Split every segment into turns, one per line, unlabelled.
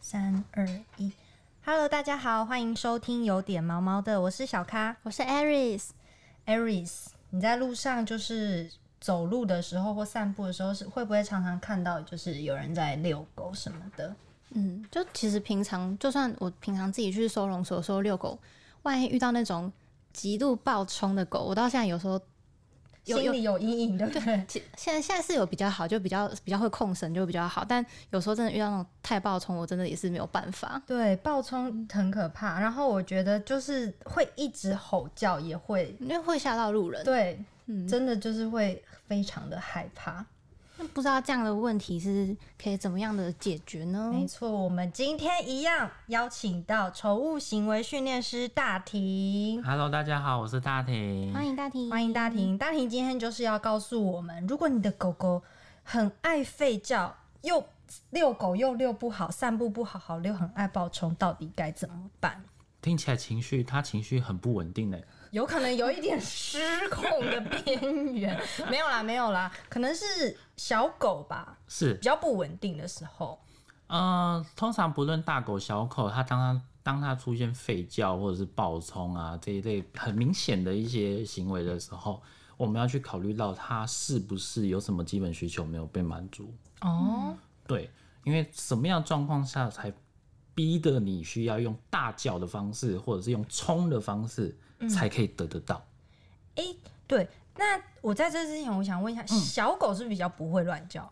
三二一，Hello，大家好，欢迎收听有点毛毛的，我是小咖
我是 Aris，
Aris。你在路上就是走路的时候或散步的时候，是会不会常常看到就是有人在遛狗什么的？
嗯，就其实平常就算我平常自己去收容所收遛狗，万一遇到那种极度暴冲的狗，我到现在有时候有
心里有阴影，对不对？
其现在现在是有比较好，就比较比较会控绳，就比较好，但有时候真的遇到那种太暴冲，我真的也是没有办法。
对，暴冲很可怕。然后我觉得就是会一直吼叫，也会
因为会吓到路人，
对，
嗯
真的就是会非常的害怕。
那不知道这样的问题是可以怎么样的解决呢？
没错，我们今天一样邀请到宠物行为训练师大婷。
Hello，大家好，我是大婷。
欢迎大体，
欢迎大婷，大婷今天就是要告诉我们，如果你的狗狗很爱吠叫，又遛狗又遛不好，散步不好好遛，很爱暴冲，到底该怎么办？
听起来情绪，他情绪很不稳定呢。
有可能有一点失控的边缘，没有啦，没有啦，可能是小狗吧，
是
比，较不稳定的时候。
呃，通常不论大狗小狗，它当它当它出现吠叫或者是暴冲啊这一类很明显的一些行为的时候，我们要去考虑到它是不是有什么基本需求没有被满足。
哦，
对，因为什么样的状况下才逼得你需要用大叫的方式，或者是用冲的方式，才可以得得到？
诶，对，那我在这之前，我想问一下，
嗯
小狗是不是比较不会乱叫？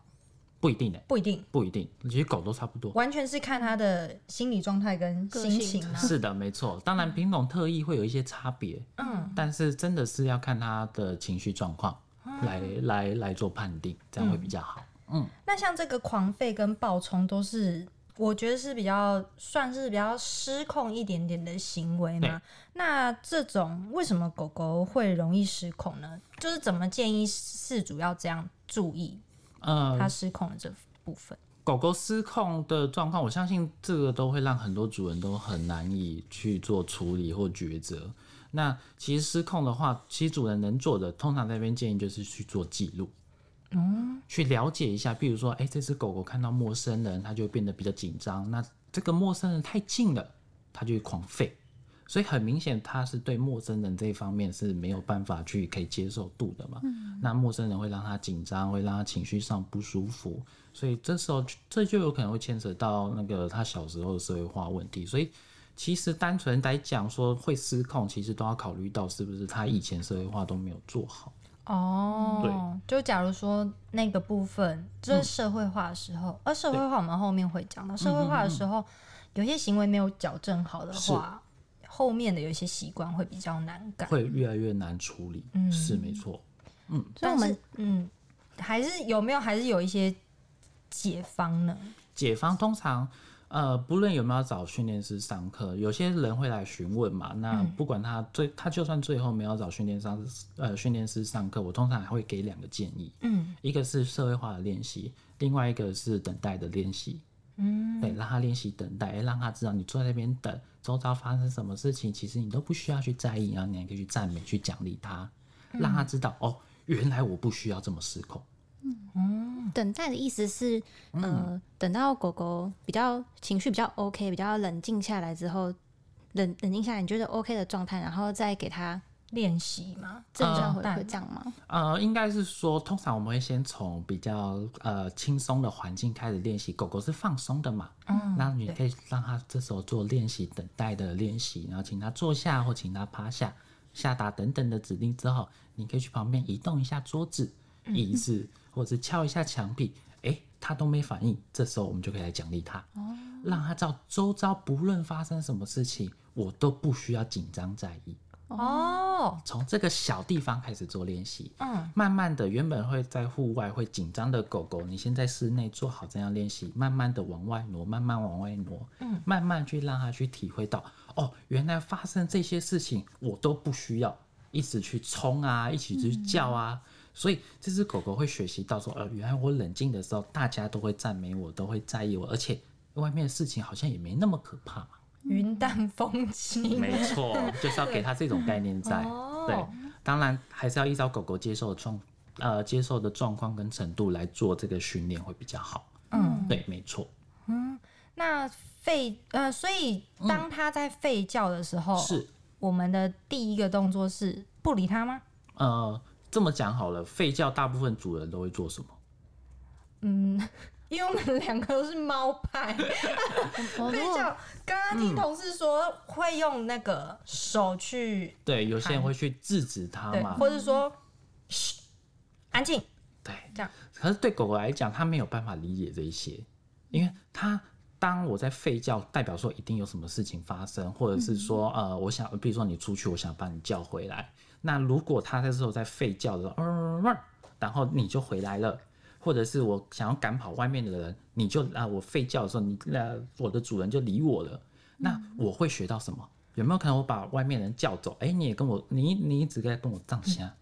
不一定呢，
不一定，
不一定，其实狗都差不多。
完全是看它的心理状态跟
个
心
性
情啊。
是的，没错。当然，品种特异会有一些差别，嗯，但是真的是要看他的情绪状况来来来做判定，这样会比较好。
那像这个狂吠跟暴冲都是。我觉得是比较算是比较失控一点点的行为嘛
对。
那这种为什么狗狗会容易失控呢？就是怎么建议饲主要这样注意它
呃，
失控的这部分？
狗狗失控的状况，我相信这个都会让很多主人都很难以去做处理或抉择。那其实失控的话，其实主人能做的，通常在那边建议就是去做记录。去了解一下，比如说，哎、这只狗狗看到陌生人，它就会变得比较紧张。那这个陌生人太近了，它就会狂吠。所以很明显，它是对陌生人这一方面是没有办法去可以接受度的嘛。那陌生人会让它紧张，会让它情绪上不舒服，所以这时候就这就有可能会牵扯到那个他小时候的社会化问题。所以其实单纯来讲说会失控，其实都要考虑到是不是他以前社会化都没有做好。
哦，对，就假如说那个部分就是
嗯
社会化的时候，而社会化我们后面会讲到，社
嗯
会化的时候，有些行为没有矫正好的话，后面的有一些习惯会比较难改。
会越来越难处理，是没错。
所以我
但
们
是嗯，还是有没有还是有一些解方呢？
解方通常呃，不论有没有找训练师上课，有些人会来询问嘛。那不管他最，他就算最后没有找训练上呃训练师上课，我通常还会给两个建议，
嗯，
一个是社会化的练习，另外一个是等待的练习。嗯，对，让他练习等待，诶让他知道你坐在那边等，周遭发生什么事情，其实你都不需要去在意，然后你还可以去赞美、去奖励他，让他知道、哦，原来我不需要这么失控。
等待的意思是，呃，等到狗狗比较情绪比较 OK，比较冷静下来之后，冷冷静下来，你觉得 OK 的状态，然后再给它
练习嘛，
正向回
呃
馈，这样吗？
呃，应该是说，通常我们会先从比较呃轻松的环境开始练习。狗狗是放松的嘛，嗯，那你可以让它这时候做练习，等待的练习，然后请它坐下或请它趴下、下达等等的指令之后，你可以去旁边移动一下桌子、椅子，或者是敲一下墙壁。诶、它都没反应，这时候我们就可以来奖励它，哦、让它知道周遭不论发生什么事情，我都不需要紧张在意。
哦，
从这个小地方开始做练习，嗯，慢慢的，原本会在户外会紧张的狗狗，你先在室内做好这样练习，慢慢的往外挪，慢慢往外挪，嗯，慢慢去让它去体会到，哦，原来发生这些事情我都不需要一直去冲啊，一起去叫啊，所以这只狗狗会学习到说，呃，原来我冷静的时候，大家都会赞美我，都会在意我，而且外面的事情好像也没那么可怕嘛。
云淡风轻，
没错，就是要给它这种概念在。
哦
对，当然还是要依照狗狗接受的状呃接受的状况跟程度来做这个训练会比较好。嗯，对，没错。
那那吠呃，所以
嗯
当他在吠叫的时候，
是
我们的第一个动作是不理他吗？
呃，这么讲好了，吠叫大部分主人都会做什么？
嗯，因为我们两个都是猫派，
哦我如
吠
果
叫。刚刚听同事说会用那个手去
对，有些人
喊
会去制止它
对，
嘛。
或者说嘘，安静。
对，
这样。
可是对狗狗来讲，它没有办法理解这一些，因为它当我在吠叫，代表说一定有什么事情发生，或者是说、
嗯
呃，我想，比如说你出去，我想把你叫回来。那如果它这时候在吠叫的时候，嗯、然后你就回来了。或者是我想要赶跑外面的人，你就啊，我吠叫的时候，你呃，我的主人就理我
嗯
了。那我会学到什么？有没有可能我把外面人叫走？哎、你也跟我，你你一直在跟我藏虾，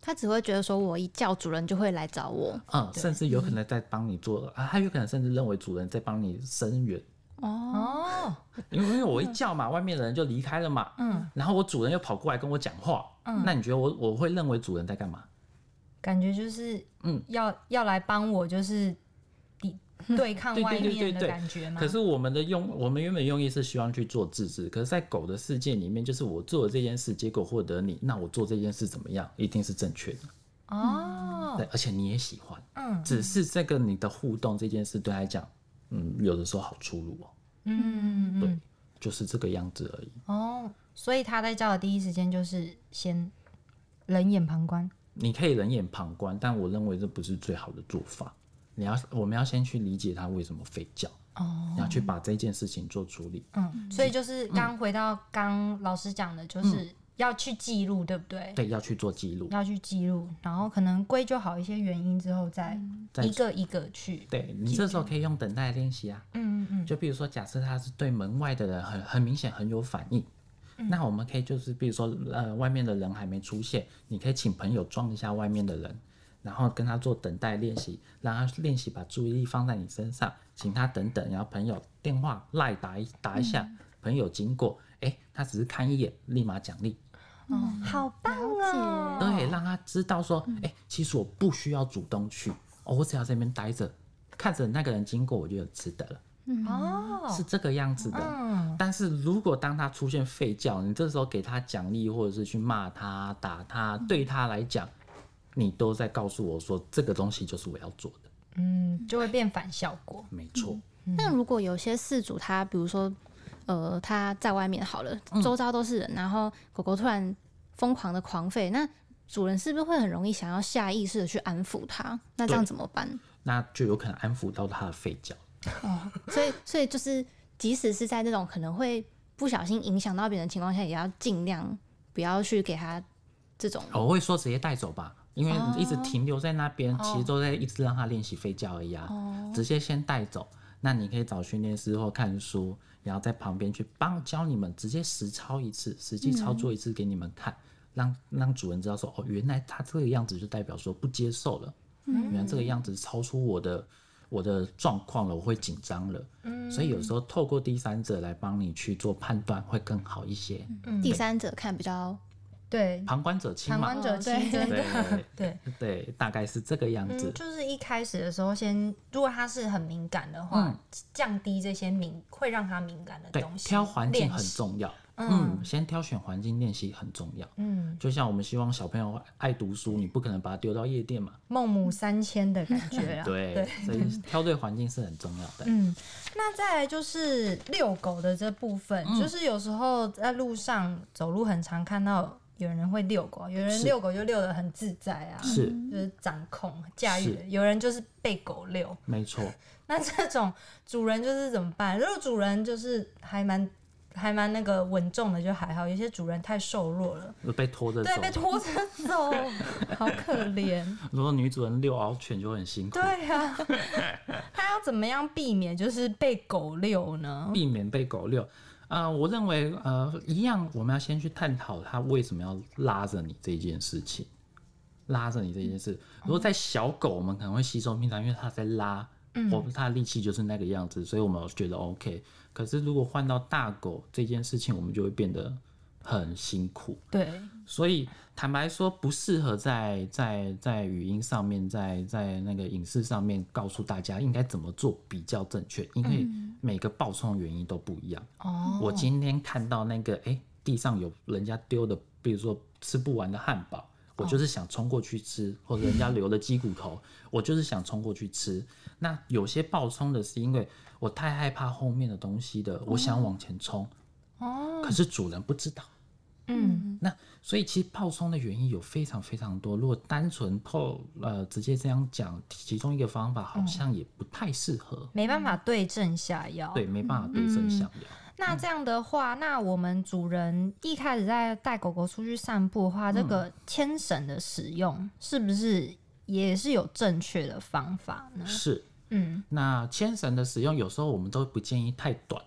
他只会觉得说我一叫主人就会来找我
嗯，甚至有可能在帮你做啊，他有可能甚至认为主人在帮你伸援，
哦，
哦，
因为因为我一叫嘛，外面的人就离开了嘛，
嗯，
然后我主人又跑过来跟我讲话，
嗯
那你觉得我我会认为主人在干嘛？
感觉就是
嗯，
要要来帮我，就是 抵对抗
对对
外
对
面
对
的
对
感觉吗？
可是我们的用，我们原本用意是希望去做自治，可是，在狗的世界里面，就是我做了这件事，结果获得你，那我做这件事怎么样，一定是正确的，
哦，
嗯对，而且你也喜欢，
嗯
只是这个你的互动这件事对他来讲，嗯，有的时候好粗鲁哦，
嗯嗯嗯
就是这个样子而已。
哦，所以他在叫的第一时间就是先冷眼旁观。
你可以冷眼旁观，但我认为这不是最好的做法。你要，我们要先去理解它为什么吠叫，
哦，
然后去把这件事情做处理。
嗯，所以就是刚回到刚老师讲的，就是要去记录，对不对？
嗯对，要去做记录。
要去记录，然后可能归咎好一些原因之后，再
再
一个一个去。
对你这时候可以用等待练习啊，
嗯嗯
就比如说，假设它是对门外的人很很明显很有反应，
嗯
那我们可以就是比如说，呃，外面的人还没出现，你可以请朋友装一下外面的人，然后跟他做等待练习，让他练习把注意力放在你身上，请他等等，然后朋友电话赖打一打一下，
嗯
朋友经过，哎、他只是看一眼，立马奖励，
嗯，哦，好棒哦！嗯
对，让他知道说，哎、其实我不需要主动去，哦，我只要在那边待着，看着那个人经过，我就有值得了，
哦，
是这个样子的。
嗯
但是如果当他出现吠叫，你这时候给他奖励，或者是去骂他、打他，对他来讲，你都在告诉我说这个东西就是我要做的，
嗯，就会变反效果。
没错。
那如果有些事主他，比如说，呃，他在外面好了，周遭都是人，然后狗狗突然疯狂的狂吠，那主人是不是会很容易想要下意识的去安抚它？那这样
对
怎么办？
那就有可能安抚到他的吠叫。
所以，所以就是，即使是在那种可能会不小心影响到别人的情况下，也要尽量不要去给他这种。
我会说直接带走吧，因为你一直停留在那边，
哦
其实都在一直让他练习吠叫而已啊。直接先带走，那你可以找训练师或看书，然后在旁边去帮教你们直接实操一次，实际操作一次给你们看，让让主人知道说哦，原来他这个样子就代表说不接受了，
嗯
原来这个样子超出我的。我的状况了，我会紧张了，
嗯
所以有时候透过第三者来帮你去做判断会更好一些。
嗯
第三者看比较，
对，
旁观者清
旁
嘛
观，者清，真
对
的哦对。
对，大概是这个样子
嗯，。就是一开始的时候先，如果他是很敏感的话，
嗯
降低这些敏会让他敏感的
对
东，西，
挑环境很
练习。
重要。
嗯
嗯，先挑选环境练习很重要。
嗯，
就像我们希望小朋友爱读书，你不可能把他丢到夜店嘛。
孟母三迁的感觉啊。
对，所以挑对环境是很重要的。
嗯，那再来就是遛狗的这部分，
嗯
就是有时候在路上走路很常看到有人会遛狗，啊有人
是
遛狗就遛得很自在啊，
是，
就是掌控驾驭
是
的，有人就是被狗遛。
没错。
那这种主人就是怎么办？如果主人就是还蛮还蛮那个稳重的就还好，有些主人太瘦弱了，
被拖着
对，被
走，
拖着走，好可怜。
如果女主人遛獒犬就会很辛苦，
对啊，他要怎么样避免就是被狗遛呢？
避免被狗遛。啊，我认为呃，一样，我们要先去探讨它为什么要拉着你这件事情，拉着你这件事。如果在小狗，我们可能会吸收平常，因为它在拉，我它的力气就是那个样子，所以我们觉得 OK。可是如果换到大狗这件事情，我们就会变得很辛苦。
对，
所以坦白说，不适合在在在语音上面，在在那个影视上面告诉大家应该怎么做比较正确，因为每个爆冲原因都不一样。
哦，
我今天看到那个，哎、地上有人家丢的，比如说吃不完的汉堡，我就是想冲过去吃，或者人家留的鸡骨头，我就是想冲过去吃。那有些爆冲的是因为我太害怕后面的东西的，我想往前冲，
哦，
可是主人不知道。
嗯，
那所以其实爆冲的原因有非常非常多。如果单纯透呃直接这样讲，其中一个方法好像也不太适合，
没办法对症下药。
对，没办法对症下药。
那这样的话，那我们主人一开始在带狗狗出去散步的话，这个牵绳的使用是不是也是有正确的方法呢？
是，
嗯，
那牵绳的使用有时候我们都不建议太短，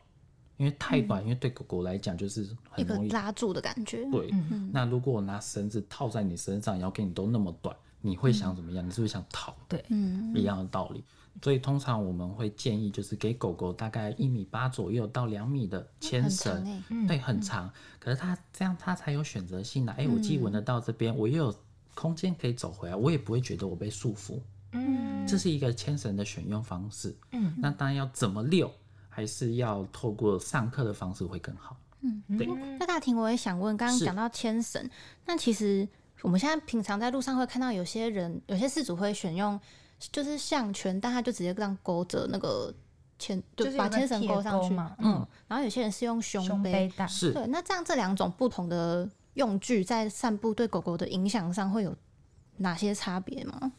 因为太短，因为对狗狗来讲就是
一
很
个
容易
拉住的感觉。
对。那如果我拿绳子套在你身上，然后给你都那么短，你会想怎么样？你是不是想逃？
对，
嗯
一样的道理。所以通常我们会建议，就是给狗狗大概一米八左右到两米的牵
很长
绳
欸，
对，很长。可是它这样它才有选择性的、啊。哎、我既闻得到这边，我又有空间可以走回来，我也不会觉得我被束缚。
嗯，
这是一个牵绳的选用方式。
嗯，
那当然要怎么遛，还是要透过上课的方式会更好。
嗯
对
那大婷，我也想问，刚刚
是
讲到牵绳，那其实我们现在平常在路上会看到有些人，有些事主会选用就是项圈，但他就直接这样勾着那个牵，
就是有
把
个
牵绳
铁
勾上
钩
去
嘛嗯
嗯，然后有些人是用
胸
胸
背
背，
带
是
对。那这样这两种不同的用具在散步对狗狗的影响上会有哪些差别吗？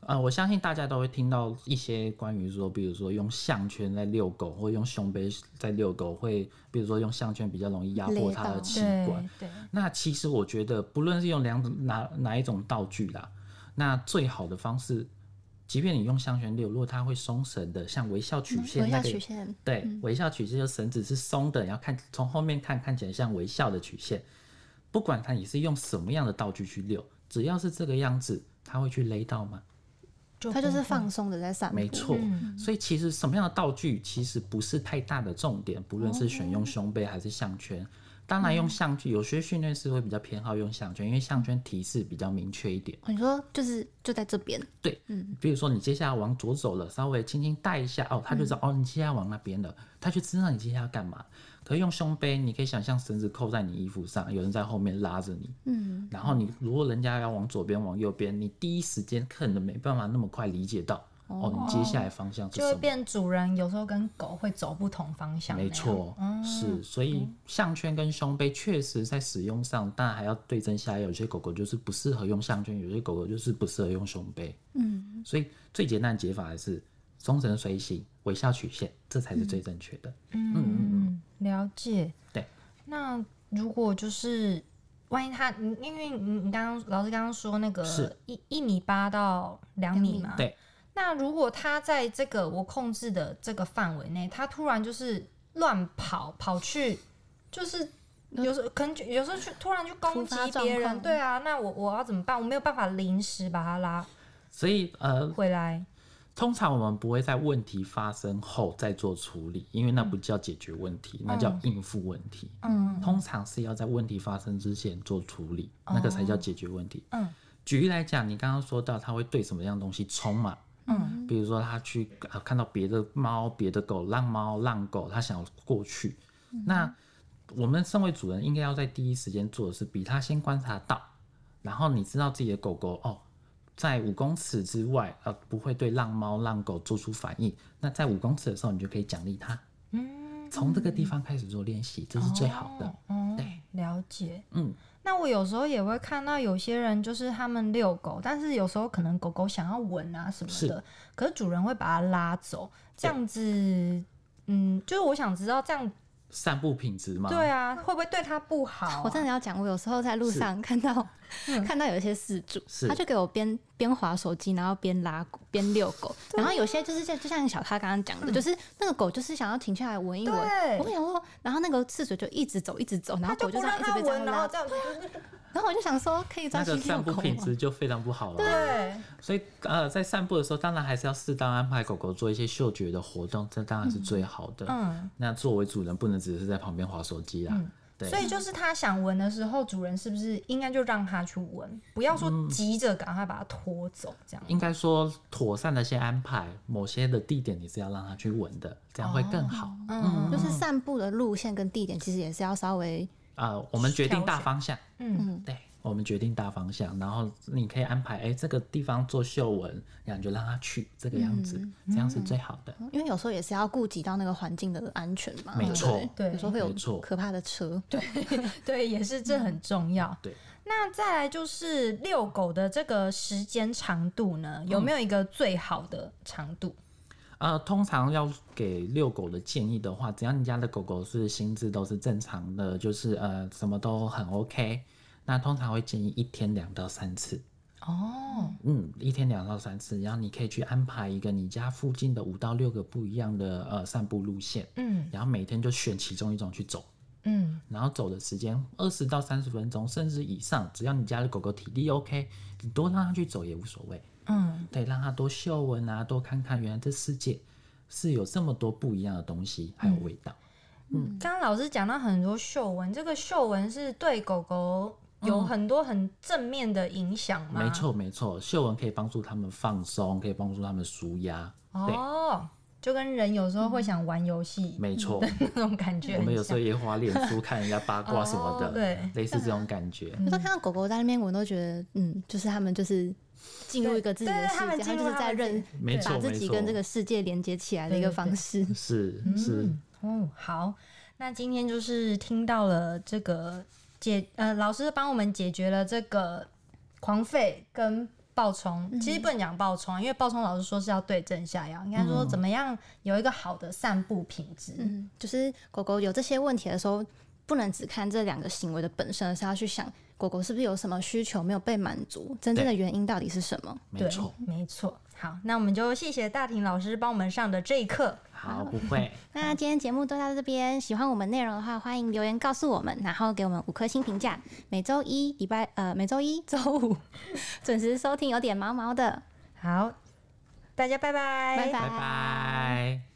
呃，我相信大家都会听到一些关于说，比如说用项圈在遛狗，或用胸背在遛狗，会比如说用项圈比较容易压迫它
勒
的
到
器官
对。对，
那其实我觉得，不论是用两种哪哪一种道具啦，那最好的方式，即便你用项圈遛，如果它会松绳的，像微笑曲
嗯
线
微
那
笑
个，
曲线，嗯
对，微笑曲线就绳子是松的，然后看从后面看看起来像微笑的曲线。不管它你是用什么样的道具去遛，只要是这个样子，它会去勒到吗？
它就
不
是
会
放松的在散步，
嗯没错，
嗯
所以其实什么样的道具其实不是太大的重点，不论是选用胸背还是项圈。当然，用
嗯
项圈有些训练师会比较偏好用项圈，因为项圈提示比较明确一点。
哦。你说就是就在这边，
对，
嗯
比如说你接下来往左走了，稍微轻轻带一下，哦，他就知道、
嗯
哦，你接下来往那边了，他就知道你接下来要干嘛。可以用胸背，你可以想象绳子扣在你衣服上，有人在后面拉着你，
嗯，
然后你如果人家要往左边、往右边，你第一时间可能没办法那么快理解到，哦，你接下来方向是
就
什
会
么。
变主人有时候跟狗会走不同方向那
没嗯
样，
错，是，所以项圈跟胸背确实在使用上，当然还要对症下药。有些狗狗就是不适合用项圈，有些狗狗就是不适合用胸背。嗯，所以最简单的解法还是松绳随行，微笑曲线，这才是最正确的。
嗯，了解。
对，
那如果就是万一他，你因为你你刚刚老师刚刚说那个
是
一一米八到两米嘛，
对。
那如果他在这个我控制的这个范围内，他突然就是乱跑跑去，就是。有时候可能就有时候去突然去攻
嗯突
击
发状
别人，
况
对啊，那我我要怎么办？我没有办法临时把他拉
所以呃，
回来，
通常我们不会在问题发生后再做处理，因为那不叫解决问题，那叫应付问题。
嗯，
通常是要在问题发生之前做处理，那个才叫解决问题。
嗯，
举例来讲，你刚刚说到它会对什么样的东西冲嘛？
嗯，
比如说它去、呃、看到别的猫、别的狗、浪猫、浪狗，它想要过去。
嗯
那我们身为主人，应该要在第一时间做的是，比它先观察到，然后你知道自己的狗狗哦，在五公尺之外，呃，不会对浪猫、浪狗做出反应。那在五公尺的时候，你就可以奖励它。嗯，从这个地方开始做练习，这是最好的。
哦
对，
了解。
嗯，
那我有时候也会看到有些人就是他们遛狗，但是有时候可能狗狗想要闻啊什么的
是，
可是主人会把它拉走，这样子，嗯，就是我想知道这样
哦散步品质吗？
对啊，会不会对它不好啊、
我真的要讲，我有时候在路
是嗯
上看到看到有一些事主，
是
他就给我边边划手机，然后边拉狗边遛 狗，然后有些就是像就像小咖刚刚讲
嗯
的，就是那个狗就是想要停下来闻一闻，
对
我想说，然后那个事主就一直走一直走，然
它
后
就不
狗这样
让
一直
它
被这
闻，
样
然后
拉
这，样，
然后我就想说，可以这样
那
去
个
遛
散步
狗
品
吗？
质就非常不好了。
对，
所以呃，在散步的时候，当然还是要适当安排狗狗做一些嗅觉的活动，这当然是最好的。
嗯，
那作为主人，不能只是在旁边划手机啦。对
所以就是他想闻的时候，主人是不是应该就让他去闻，不要说急着赶快把它拖走这样？
嗯应该说妥善的先安排，某些的地点你是要让他去闻的，这样会更好。
嗯
就是散步的路线跟地点，其实也是要稍微
呃，我们决定大方向，
嗯，
对，我们决定大方向，然后你可以安排，哎、这个地方做嗅闻，然后你就让他去这个样
嗯
子，这样是最好的。
因为有时候也是要顾及到那个环境的安全嘛，
没
对不
错
对
对
有时候会
没错
有可怕的车，对，
对，也是这很重要。
对，
那再来就是遛狗的这个时间长度呢，有没有一个最好的长度？
呃，通常要给遛狗的建议的话，只要你家的狗狗是心智都是正常的，就是呃什么都很 OK，那通常会建议一天两到三次。
哦，
嗯，一天两到三次，然后你可以去安排一个你家附近的五到六个不一样的呃散步路线，
嗯
然后每天就选其中一种去走，
嗯
然后走的时间二十到三十分钟，甚至以上，只要你家的狗狗体力 OK，你多让它去走也无所谓，
嗯，
对，让它多嗅闻啊，多看看原来这世界是有这么多不一样的东西，还有味道。
刚刚老师讲到很多嗅闻，这个嗅闻是对狗狗有很多很正面的影响吗？
没，错没错，嗅闻可以帮助它们放松，可以帮助它们舒压，对，
哦，就跟人有时候会想玩游戏
没错。
那种感觉
我
很像，
们有时候也滑脸书看人家八卦什么的，
哦对
类似这种感觉。
有时候看到狗狗在那边闻，都觉得嗯，就是他们就是进入一个自己
对
的
对对
世界，
他们进入
就是在
他们自
认
己
没错
把自
没
己
错
跟这个世界连接起来的一个方式。
是是，
哦，好，那今天就是听到了这个解呃，老师帮我们解决了这个狂吠跟爆冲，其实不能讲爆冲啊，因为爆冲老师说是要对症下药，应该说怎么样有一个好的散步品质。
嗯，就是狗狗有这些问题的时候，不能只看这两个行为的本身，而是要去想狗狗是不是有什么需求没有被满足，真正的原因到底是什么。
没
对
错。，
没错。好，那我们就谢谢大婷老师帮我们上的这一课。
好，不会，
那今天节目就到这边，喜欢我们内容的话，欢迎留言告诉我们，然后给我们五颗星评价。每周一礼拜呃，每周一周五 准时收听，有点毛毛的，
好，大家拜拜，
拜拜
拜拜。